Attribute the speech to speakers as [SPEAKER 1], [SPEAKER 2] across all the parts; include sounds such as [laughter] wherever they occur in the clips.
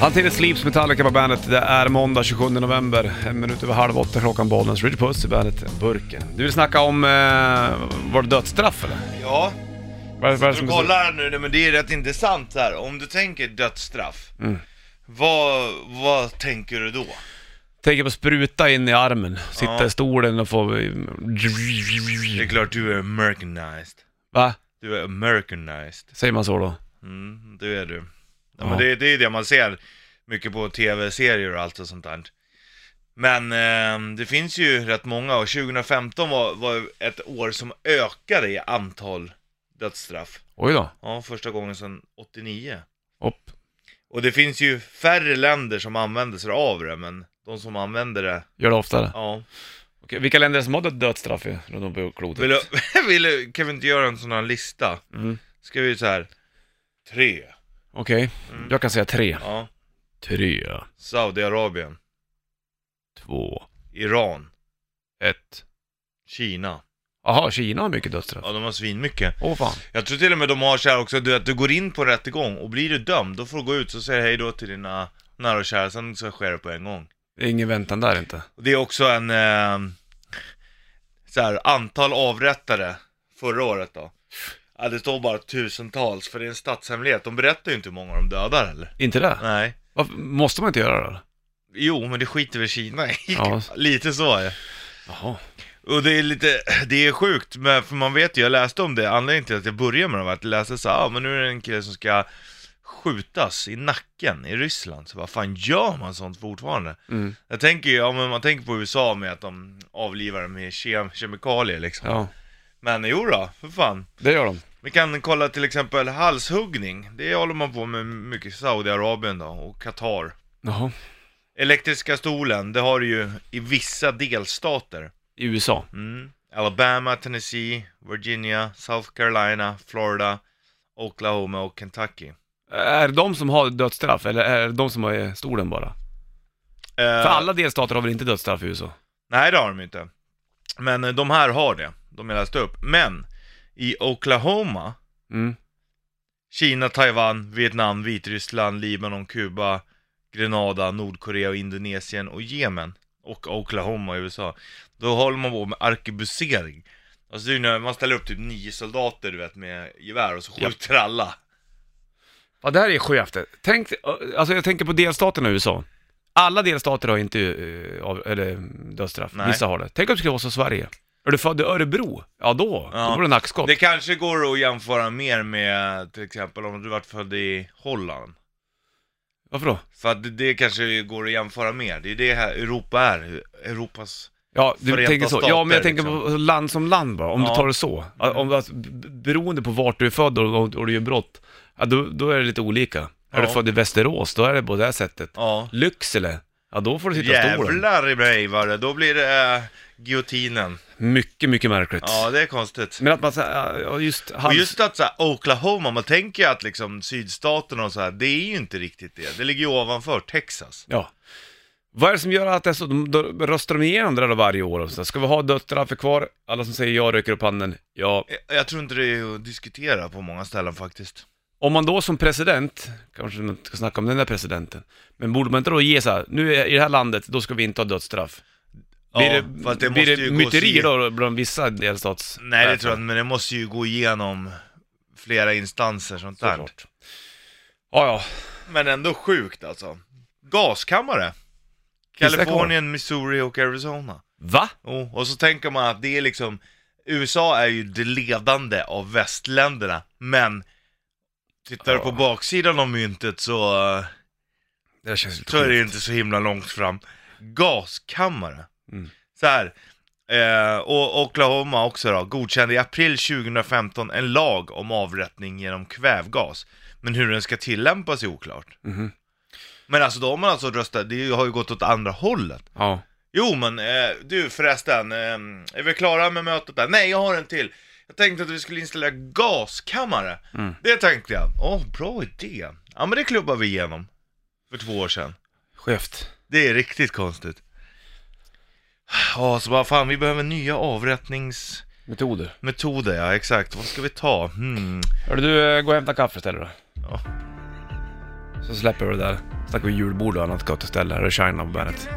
[SPEAKER 1] Antingen Sleeps Metallica på bandet. Det är måndag 27 november, en minut över halv åtta klockan Bollnäs. Ridge Puss i bandet, Burken. Du vill snacka om, eh, var det dödsstraff eller?
[SPEAKER 2] Ja,
[SPEAKER 1] Vad, vad är det
[SPEAKER 2] du
[SPEAKER 1] som är så-
[SPEAKER 2] kollar här nu, nej, men det är rätt intressant här. Om du tänker dödsstraff,
[SPEAKER 1] Mm.
[SPEAKER 2] vad, vad tänker du då?
[SPEAKER 1] Tänker på spruta in i armen, sitta
[SPEAKER 2] Ja.
[SPEAKER 1] i stolen och få...
[SPEAKER 2] Det är klart du är americanized.
[SPEAKER 1] Va?
[SPEAKER 2] Du är americanized.
[SPEAKER 1] Säger man så då?
[SPEAKER 2] Mm, det är du. Ja,
[SPEAKER 1] Ja.
[SPEAKER 2] Men det, det är det man ser mycket på tv-serier och allt och sånt där. Men eh, det finns ju rätt många och 2015 var, var ett år som ökade i antal dödsstraff.
[SPEAKER 1] Oj då.
[SPEAKER 2] Ja, första gången sedan 89.
[SPEAKER 1] Upp.
[SPEAKER 2] Och det finns ju färre länder som använder sig av det, men de som använder det,
[SPEAKER 1] Gör det oftare.
[SPEAKER 2] ja.
[SPEAKER 1] Okej, vilka länder är det som har dött- dödsstraff i- runt om på klotet?
[SPEAKER 2] Vill du, [laughs] vill du, kan vi inte göra en sån här lista?
[SPEAKER 1] Mm.
[SPEAKER 2] Ska vi så här. Tre.
[SPEAKER 1] Okej,
[SPEAKER 2] Mm.
[SPEAKER 1] jag kan säga tre.
[SPEAKER 2] Ja.
[SPEAKER 1] Tre,
[SPEAKER 2] Saudiarabien,
[SPEAKER 1] två,
[SPEAKER 2] Iran,
[SPEAKER 1] ett.
[SPEAKER 2] Kina.
[SPEAKER 1] Jaha, Kina har mycket dödsstraff.
[SPEAKER 2] Ja, de har svinmycket.
[SPEAKER 1] Åh fan.
[SPEAKER 2] Jag tror till och med de har så här också, du, att du går in på en rättegång och blir du dömd, då får du gå ut och säga hej då till dina nära och kära, sen så sker det på en gång.
[SPEAKER 1] Det är ingen väntan där inte.
[SPEAKER 2] Och det är också en, eh, så här, antal avrättade förra året då. Ja, det står bara tusentals, för det är en statshemlighet. De berättar ju inte hur många de dödar heller.
[SPEAKER 1] Inte det?
[SPEAKER 2] Nej.
[SPEAKER 1] Varför, måste man inte göra det eller?
[SPEAKER 2] Jo, men det skiter väl Kina i.
[SPEAKER 1] Ja.
[SPEAKER 2] [laughs] Lite så är det.
[SPEAKER 1] Jaha.
[SPEAKER 2] Och det är lite, det är sjukt, men för man vet ju, jag läste om det, anledningen till att jag började med det var att jag läste så här, ah, men nu är det en kille som ska skjutas i nacken i Ryssland, så vad fan gör man sånt fortfarande?
[SPEAKER 1] Mm.
[SPEAKER 2] Jag tänker ju, ja men man tänker på USA med att de avlivar dem med kem- kemikalier liksom.
[SPEAKER 1] Ja,
[SPEAKER 2] Men jo då, för fan.
[SPEAKER 1] det gör de.
[SPEAKER 2] Vi kan kolla till exempel halshuggning, det håller man på med mycket i Saudiarabien då, och Qatar.
[SPEAKER 1] Jaha.
[SPEAKER 2] Elektriska stolen, det har du ju i vissa delstater.
[SPEAKER 1] I USA.
[SPEAKER 2] Mm. Alabama, Tennessee, Virginia, South Carolina, Florida, Oklahoma och Kentucky. Eh,
[SPEAKER 1] Är det de som har dödsstraff eller är det de som har stolen bara?
[SPEAKER 2] Äh.
[SPEAKER 1] För alla delstater har väl inte dödsstraff i USA?
[SPEAKER 2] Nej, det har de inte. Men eh, de här har det, de jag läste upp. Men i Oklahoma,
[SPEAKER 1] Mm.
[SPEAKER 2] Kina, Taiwan, Vietnam, Vitryssland, Libanon, Kuba, Grenada, Nordkorea och Indonesien och Jemen och Oklahoma i USA. Då håller man på med arkebusering. Alltså det är ju när man ställer upp typ nio soldater du vet med gevär och så
[SPEAKER 1] Japp.
[SPEAKER 2] skjuter alla.
[SPEAKER 1] Ja, det här är skevt. Tänk, alltså jag tänker på delstaterna i USA. Alla delstater har inte eh, av, eller, dödsstraff,
[SPEAKER 2] Nej.
[SPEAKER 1] vissa har det. Tänk om det skulle vara så i Sverige. Är du född i Örebro? Ja, då.
[SPEAKER 2] Ja.
[SPEAKER 1] Då var det nackskott.
[SPEAKER 2] Det kanske går att jämföra mer med till exempel om du varit född i Holland.
[SPEAKER 1] Varför då?
[SPEAKER 2] För att det, det kanske går att jämföra mer. Det är det här Europa är. Europas...
[SPEAKER 1] Ja, du
[SPEAKER 2] Förenta
[SPEAKER 1] tänker så. ja, men jag
[SPEAKER 2] stater, liksom.
[SPEAKER 1] tänker på land som land bara, om du
[SPEAKER 2] Ja. Mm.
[SPEAKER 1] tar det så. Att- Om, att, b- beroende på vart du är född och, och, och du gör brott, ja, då, då är det lite olika. Är
[SPEAKER 2] Ja.
[SPEAKER 1] du född i Västerås, då är det på det här sättet.
[SPEAKER 2] Ja.
[SPEAKER 1] Lycksele, ja då får du sitta i stolen.
[SPEAKER 2] Jävlar i mig var det. Då blir det äh, guillotinen.
[SPEAKER 1] Mycket, mycket märkligt.
[SPEAKER 2] Ja, det är konstigt.
[SPEAKER 1] Men att man säger, ja just
[SPEAKER 2] Och
[SPEAKER 1] hans...
[SPEAKER 2] just att så här, Oklahoma, man tänker ju att liksom sydstaterna och så här, det är ju inte riktigt det. Det ligger ju ovanför Texas.
[SPEAKER 1] Ja. Vad är det som gör att det är så, de, då röstar de igenom det där då varje år? Och så, här, ska vi ha dödsstraffet kvar? Alla som säger ja rycker upp handen. Ja.
[SPEAKER 2] Jag- Jag tror inte det är att diskutera på många ställen faktiskt.
[SPEAKER 1] Om man då som president, kanske man inte ska snacka om den där presidenten, men borde man inte då ge så här, nu är, i det här landet, då ska vi inte ha dödsstraff?
[SPEAKER 2] Ja,
[SPEAKER 1] blir
[SPEAKER 2] fast det
[SPEAKER 1] det,
[SPEAKER 2] måste
[SPEAKER 1] blir
[SPEAKER 2] ju
[SPEAKER 1] det
[SPEAKER 2] gå
[SPEAKER 1] myteri
[SPEAKER 2] att se.
[SPEAKER 1] då bland vissa delstats...
[SPEAKER 2] Nej, det tror jag inte, men det måste ju gå igenom flera instanser sånt där.
[SPEAKER 1] Såklart. Ja, ja.
[SPEAKER 2] Men ändå sjukt alltså. Gaskammare.
[SPEAKER 1] Finns det
[SPEAKER 2] Kalifornien, Missouri och Arizona.
[SPEAKER 1] Va?
[SPEAKER 2] Jo, Oh, och så tänker man att det är liksom, USA är ju det ledande av västländerna, men tittar du
[SPEAKER 1] Ja.
[SPEAKER 2] på baksidan av myntet så, eh,
[SPEAKER 1] Det där känns lite
[SPEAKER 2] så är det
[SPEAKER 1] sjukt.
[SPEAKER 2] ju inte så himla långt fram. Gaskammare.
[SPEAKER 1] Mm.
[SPEAKER 2] Så här. Eh, och Oklahoma också då, godkände i april 2015 en lag om avrättning genom kvävgas. Men hur den ska tillämpas är oklart.
[SPEAKER 1] Mhm.
[SPEAKER 2] Men alltså då har man alltså röstat, det har ju gått åt andra hållet.
[SPEAKER 1] Ja.
[SPEAKER 2] Jo men eh, du förresten, eh, är vi klara med mötet där? Nej jag har en till. Jag tänkte att vi skulle installera gaskammare. Det tänkte jag. Åh, bra idé. Ja men det klubbar vi igenom. För två år sedan.
[SPEAKER 1] Skevt.
[SPEAKER 2] Det är riktigt konstigt. Ja, så bara fan vi behöver nya avrättningsmetoder.
[SPEAKER 1] Metoder.
[SPEAKER 2] Ja exakt, vad ska vi ta? Hmm.
[SPEAKER 1] Hörru du, eh, gå och hämta kaffe istället då.
[SPEAKER 2] Ja.
[SPEAKER 1] Så släpper vi det där. Snackar vi julbord och annat gott istället. Här är Shine On på bandet.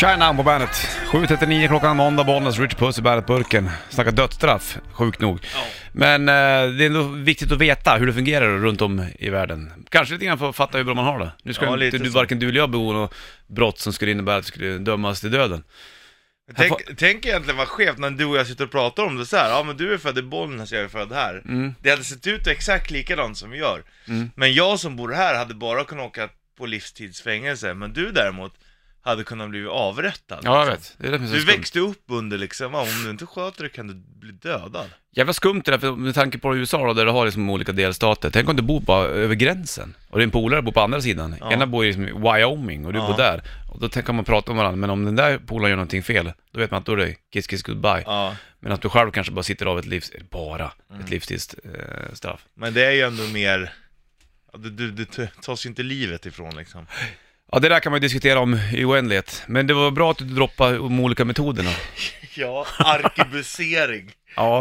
[SPEAKER 1] Shine On på bandet. 7.39 klockan måndag, Bollnäs, Rich Puss i bandet-burken. Snackar dödsstraff, sjukt nog. Men eh, det är ändå viktigt att veta hur det fungerar runt om i världen. Kanske lite grann för att fatta hur bra man har det. Nu ska
[SPEAKER 2] Ja,
[SPEAKER 1] inte
[SPEAKER 2] lite
[SPEAKER 1] du,
[SPEAKER 2] så.
[SPEAKER 1] varken du eller jag begå något brott som skulle innebära att du skulle dömas till döden.
[SPEAKER 2] Tänk, tänk egentligen vad skevt när du och jag sitter och pratar om det så här. ja men du är född i Bollnäs, jag är född här.
[SPEAKER 1] Mm.
[SPEAKER 2] Det hade sett ut exakt likadant som vi gör. Men jag som bor här hade bara kunnat åka på livstidsfängelse, men du däremot hade kunnat bli avrättad.
[SPEAKER 1] Ja, jag vet. Det är det som är så
[SPEAKER 2] Du
[SPEAKER 1] skumt.
[SPEAKER 2] växte upp under liksom, ja, om du inte sköter dig kan du bli dödad.
[SPEAKER 1] Jävla skumt det där, för med tanke på USA då, där du har liksom olika delstater. Tänk om du bor bara över gränsen och din polare bor på andra sidan.
[SPEAKER 2] Ja.
[SPEAKER 1] Ena bor i liksom i Wyoming och du
[SPEAKER 2] Ja.
[SPEAKER 1] bor där. Och då tänker man prata om varandra, men om den där polaren gör någonting fel, då vet man att då är det kiss kiss goodbye.
[SPEAKER 2] Ja. Mm.
[SPEAKER 1] Men att du själv kanske bara sitter av ett livs... Bara ett livstidsstraff. Eh, straff.
[SPEAKER 2] Men det är ju ändå mer, ja, du, du, du t- tas ju inte livet ifrån liksom.
[SPEAKER 1] ja, det där kan man ju diskutera om i oändlighet. Men det var bra att du droppade de olika metoderna.
[SPEAKER 2] Ja, arkebusering på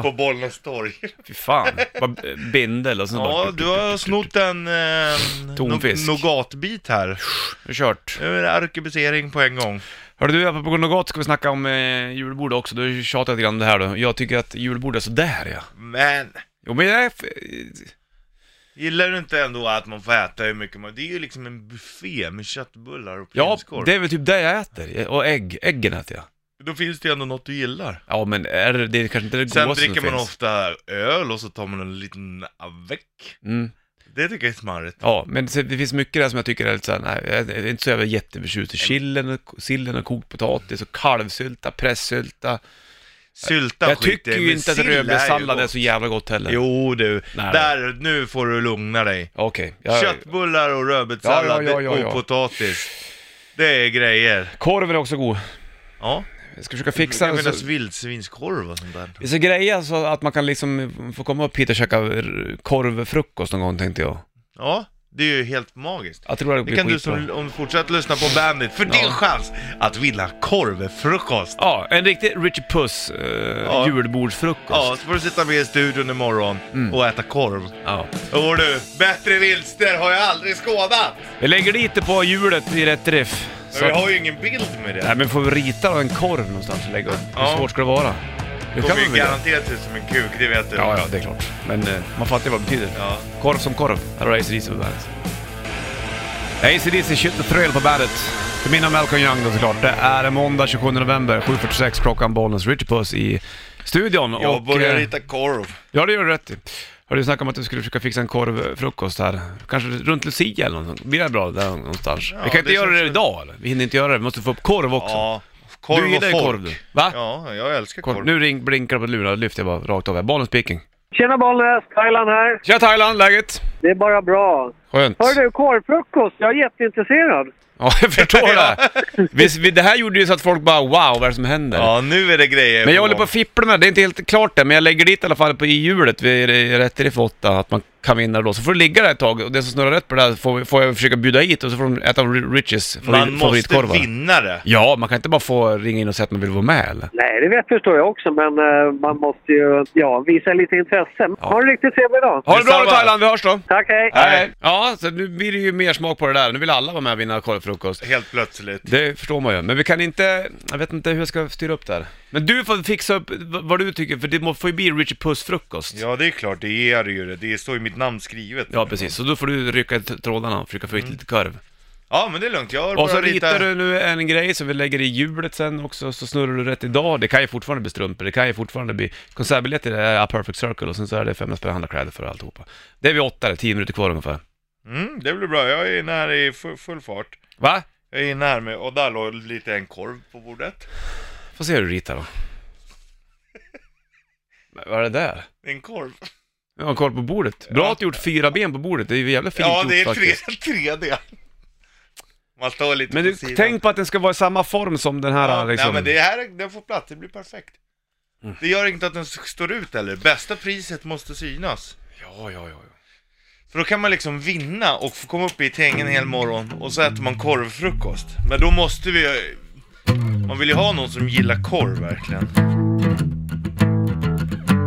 [SPEAKER 1] Ja,
[SPEAKER 2] Bollnäs torg.
[SPEAKER 1] fy fan. Bara eh, bindel och sen
[SPEAKER 2] Ja,
[SPEAKER 1] bara...
[SPEAKER 2] du har snott en eh,
[SPEAKER 1] Tonfisk.
[SPEAKER 2] no- nougatbit här.
[SPEAKER 1] Kört.
[SPEAKER 2] Nu är det arkebusering på en gång.
[SPEAKER 1] Hörru du, apropå något ska vi snacka om eh, julbord också. Du tjatar lite grann om det här då. Jag tycker att julbord är sådär ja.
[SPEAKER 2] Men,
[SPEAKER 1] Jo men det är... f-
[SPEAKER 2] gillar du inte ändå att man får äta hur mycket man... Det är ju liksom en buffé med köttbullar och
[SPEAKER 1] Ja,
[SPEAKER 2] prinskorv.
[SPEAKER 1] det är väl typ det jag äter. Och ägg. Äggen äter jag.
[SPEAKER 2] Då finns det ju ändå något du gillar.
[SPEAKER 1] Ja men är det, det är kanske inte det
[SPEAKER 2] Sen
[SPEAKER 1] godaste som
[SPEAKER 2] dricker man
[SPEAKER 1] finns.
[SPEAKER 2] ofta öl och så tar man en liten avec.
[SPEAKER 1] Mm.
[SPEAKER 2] Det tycker jag är smarrigt.
[SPEAKER 1] Ja, men se- det finns mycket där som jag tycker är lite såhär, nej, jag är inte så jävla jätteförtjust i chillen, och- sillen och kokt potatis och kalvsylta, pressylta.
[SPEAKER 2] Sylta
[SPEAKER 1] Jag
[SPEAKER 2] skiter
[SPEAKER 1] tycker
[SPEAKER 2] i,
[SPEAKER 1] ju
[SPEAKER 2] men
[SPEAKER 1] inte att
[SPEAKER 2] sill är ju
[SPEAKER 1] rödbetssallad är
[SPEAKER 2] gott.
[SPEAKER 1] så jävla gott heller.
[SPEAKER 2] Jo du,
[SPEAKER 1] Nej.
[SPEAKER 2] där, nu får du lugna dig.
[SPEAKER 1] Okej. jag-
[SPEAKER 2] Köttbullar och rödbetssallad
[SPEAKER 1] Ja, ja, ja, ja, ja.
[SPEAKER 2] och potatis. Det är grejer.
[SPEAKER 1] Korven är också god.
[SPEAKER 2] Ja.
[SPEAKER 1] Jag ska försöka
[SPEAKER 2] Fixa
[SPEAKER 1] fixa
[SPEAKER 2] jag
[SPEAKER 1] den
[SPEAKER 2] menar
[SPEAKER 1] så-
[SPEAKER 2] vildsvinskorv och sånt där.
[SPEAKER 1] Vi ska greja så att man kan liksom få komma upp hit och käka r- korvfrukost någon gång tänkte jag.
[SPEAKER 2] Ja, det är ju helt magiskt.
[SPEAKER 1] Jag tror det
[SPEAKER 2] Det
[SPEAKER 1] blir
[SPEAKER 2] kan du
[SPEAKER 1] skitbra.
[SPEAKER 2] som, om du fortsätter lyssna på Bandit, för din chans att vinna korvfrukost.
[SPEAKER 1] Ja, en riktig Richard Puss eh,
[SPEAKER 2] Ja.
[SPEAKER 1] julbordsfrukost.
[SPEAKER 2] Ja, så får du sitta med i studion imorgon
[SPEAKER 1] Mm.
[SPEAKER 2] och äta korv.
[SPEAKER 1] Ja.
[SPEAKER 2] Och du, bättre vilster har jag aldrig skådat!
[SPEAKER 1] Vi lägger lite på hjulet i rätt riff. Så
[SPEAKER 2] Men vi
[SPEAKER 1] att,
[SPEAKER 2] har ju ingen bild med det.
[SPEAKER 1] nej men får vi rita en korv någonstans och lägga upp? Hur
[SPEAKER 2] Ja.
[SPEAKER 1] svårt ska det vara? Det kan
[SPEAKER 2] Det kommer
[SPEAKER 1] man
[SPEAKER 2] ju
[SPEAKER 1] väl
[SPEAKER 2] garanterat se ut som en kuk, det vet du.
[SPEAKER 1] Ja, ja, det är klart. Men eh, man fattar ju vad det betyder.
[SPEAKER 2] Ja.
[SPEAKER 1] Korv som korv. Här har AC/DC på bandet. AC/DC Shit the Thrill på bandet. För mina och Malcolm Young då såklart. Det är måndag 27 november 7.46 klockan Bollnäs Richard Puss i studion.
[SPEAKER 2] Jag börjar
[SPEAKER 1] eh,
[SPEAKER 2] rita korv.
[SPEAKER 1] Ja, det gör du rätt i. Har du snackat om att du skulle försöka fixa en korvfrukost här? Kanske runt Lucia eller någonting? Blir det bra där någonstans?
[SPEAKER 2] Ja,
[SPEAKER 1] vi kan inte
[SPEAKER 2] det
[SPEAKER 1] göra det
[SPEAKER 2] känns-
[SPEAKER 1] idag eller? Vi hinner inte göra det, vi måste få upp korv också.
[SPEAKER 2] Ja, korv
[SPEAKER 1] du gillar ju
[SPEAKER 2] och folk.
[SPEAKER 1] korv du. Va?
[SPEAKER 2] Ja, jag älskar
[SPEAKER 1] Korv.
[SPEAKER 2] korv.
[SPEAKER 1] Nu ring, blinkar det på luren, lyfter jag bara rakt av här. Bollnäs speaking.
[SPEAKER 3] Tjena Bollnäs, Thailand här.
[SPEAKER 1] Tja Thailand, läget?
[SPEAKER 3] Det är bara bra.
[SPEAKER 1] Skönt.
[SPEAKER 3] Hör du, korvfrukost. Jag är jätteintresserad.
[SPEAKER 1] Ja, jag förstår
[SPEAKER 2] [laughs]
[SPEAKER 1] det. Visst, vi- det här gjorde ju så att folk bara wow, vad är det som händer?
[SPEAKER 2] Ja, nu är det grejer
[SPEAKER 1] Men jag håller på
[SPEAKER 2] gång.
[SPEAKER 1] att fippla med det, det är inte helt klart än, men jag lägger dit i alla fall på i hjulet vid i rätt riff 8, att man kan vinna då. Så får det ligga där ett tag, och den som snurrar rätt på det där får, får jag försöka bjuda hit och så får de äta av Ri- Richies
[SPEAKER 2] Man
[SPEAKER 1] favori-
[SPEAKER 2] måste
[SPEAKER 1] favoritkorvar.
[SPEAKER 2] vinna det.
[SPEAKER 1] Ja, man kan inte bara få ringa in och säga att man vill vara med eller?
[SPEAKER 3] Nej, det vet förstår jag också, men eh, man måste ju ja, visa lite intresse. Ha en riktigt trevlig dag.
[SPEAKER 1] Ha det bra då
[SPEAKER 2] Detsamma.
[SPEAKER 1] Thailand, vi hörs då!
[SPEAKER 3] Tack, hej.
[SPEAKER 2] Hej.
[SPEAKER 1] Ja, så nu blir det ju mer smak på det där. Nu vill alla vara med och vinna korvfrukost.
[SPEAKER 2] Helt plötsligt.
[SPEAKER 1] Det förstår man ju, men vi kan inte... Jag vet inte hur jag ska styra upp det här. Men du får fixa upp v- vad du tycker, för det må- får ju bli Richie Puss-frukost.
[SPEAKER 2] Ja, det är klart, det är det ju det. Det står ju mitt namn skrivet.
[SPEAKER 1] Ja, precis. Så då får du rycka i t- trådarna och försöka få hit lite korv.
[SPEAKER 2] Ja, men det är lugnt. Mm. Jag har
[SPEAKER 1] Och så
[SPEAKER 2] bara
[SPEAKER 1] ritar
[SPEAKER 2] ritat...
[SPEAKER 1] du nu en grej som vi lägger i hjulet sen också, så snurrar du rätt idag. Det kan ju fortfarande bli strumpor, det kan ju fortfarande bli konsertbiljetter, det är A Perfect Circle och sen så är det 500 spänn handlarkläder för alltihopa. Det är vid åtta, det är tio minuter kvar ungefär.
[SPEAKER 2] Mm, det blir bra. Jag är inne här i full, full fart.
[SPEAKER 1] Va?
[SPEAKER 2] Jag är inne här med... Och där låg lite en korv på bordet.
[SPEAKER 1] Får se hur du ritar
[SPEAKER 2] [laughs]
[SPEAKER 1] då. Men Vad är det där?
[SPEAKER 2] En korv.
[SPEAKER 1] Jag har koll på bordet. Bra att du gjort fyra ben på bordet, det är ju jävla fint
[SPEAKER 2] ja,
[SPEAKER 1] gjort
[SPEAKER 2] det är
[SPEAKER 1] faktiskt.
[SPEAKER 2] [laughs] 3, 3D. Man står lite
[SPEAKER 1] Men
[SPEAKER 2] på
[SPEAKER 1] du,
[SPEAKER 2] sidan.
[SPEAKER 1] tänk på att den ska vara i samma form som den här
[SPEAKER 2] ja,
[SPEAKER 1] liksom. Mm.
[SPEAKER 2] Nej, men det här, den får plats. Det blir perfekt. Det gör inte att den s- står ut heller. Bästa priset måste synas.
[SPEAKER 1] Ja, ja, ja. ja.
[SPEAKER 2] För då kan man liksom vinna och få komma upp i tängen en hel morgon och så äter man korvfrukost. Men då måste vi... Man vill ju ha någon som gillar korv verkligen.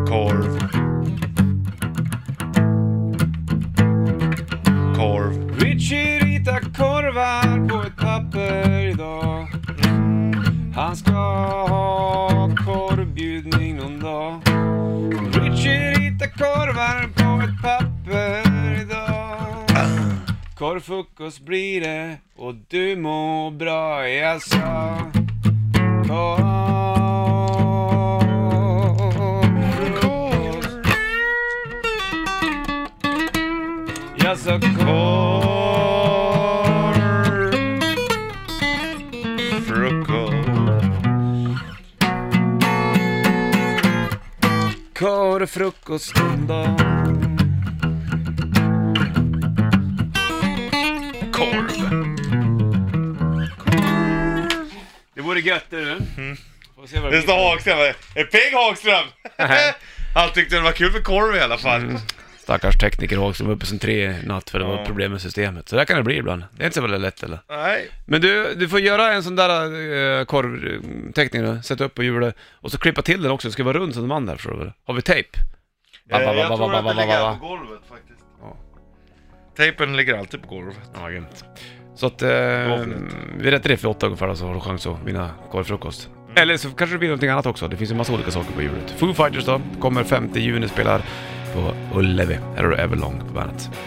[SPEAKER 2] Korv. Korv.
[SPEAKER 1] korvar på ett papper idag. Han ska ha korvbjudning någon dag. Richard hittar korvar på ett papper idag. Korvfrukost blir det och du mår bra, jag sa. Korvfrukost. Jag sa korv.
[SPEAKER 2] Frukost.
[SPEAKER 1] Korvfrukost någon dag.
[SPEAKER 2] Korv.
[SPEAKER 1] Det vore gött det du. Får se vad
[SPEAKER 2] Det
[SPEAKER 1] Mm. det
[SPEAKER 2] står
[SPEAKER 1] blir.
[SPEAKER 2] Hagström här. Är Peg Hagström? [laughs] Han tyckte det var kul med korv i alla fall.
[SPEAKER 1] Stackars tekniker Håg som var uppe sen tre i natt för det var problem med systemet. Så där kan det bli ibland. Det är inte så väldigt lätt eller?
[SPEAKER 2] Nej.
[SPEAKER 1] Men du, du får göra en sån där uh, korvteckning då, sätta upp på hjulet och så klippa till den också, det ska vara rund som de andra förstår du väl? Har vi tejp? Va,
[SPEAKER 2] Eh,
[SPEAKER 1] va, va,
[SPEAKER 2] Jag
[SPEAKER 1] va,
[SPEAKER 2] tror
[SPEAKER 1] va,
[SPEAKER 2] att det
[SPEAKER 1] va, va,
[SPEAKER 2] ligger
[SPEAKER 1] va.
[SPEAKER 2] på golvet faktiskt.
[SPEAKER 1] Ja.
[SPEAKER 2] Tejpen ligger alltid på golvet.
[SPEAKER 1] Ja, grymt. Så att eh,
[SPEAKER 2] var fint.
[SPEAKER 1] vi rättar det för åtta ungefär så har du chans att vinna korvfrukost. Eller så kanske det blir någonting annat också, det finns ju massa olika saker på hjulet. Foo Fighters då, kommer 5 juni, spelar på Ullevi. Här har du Everlong på bandet.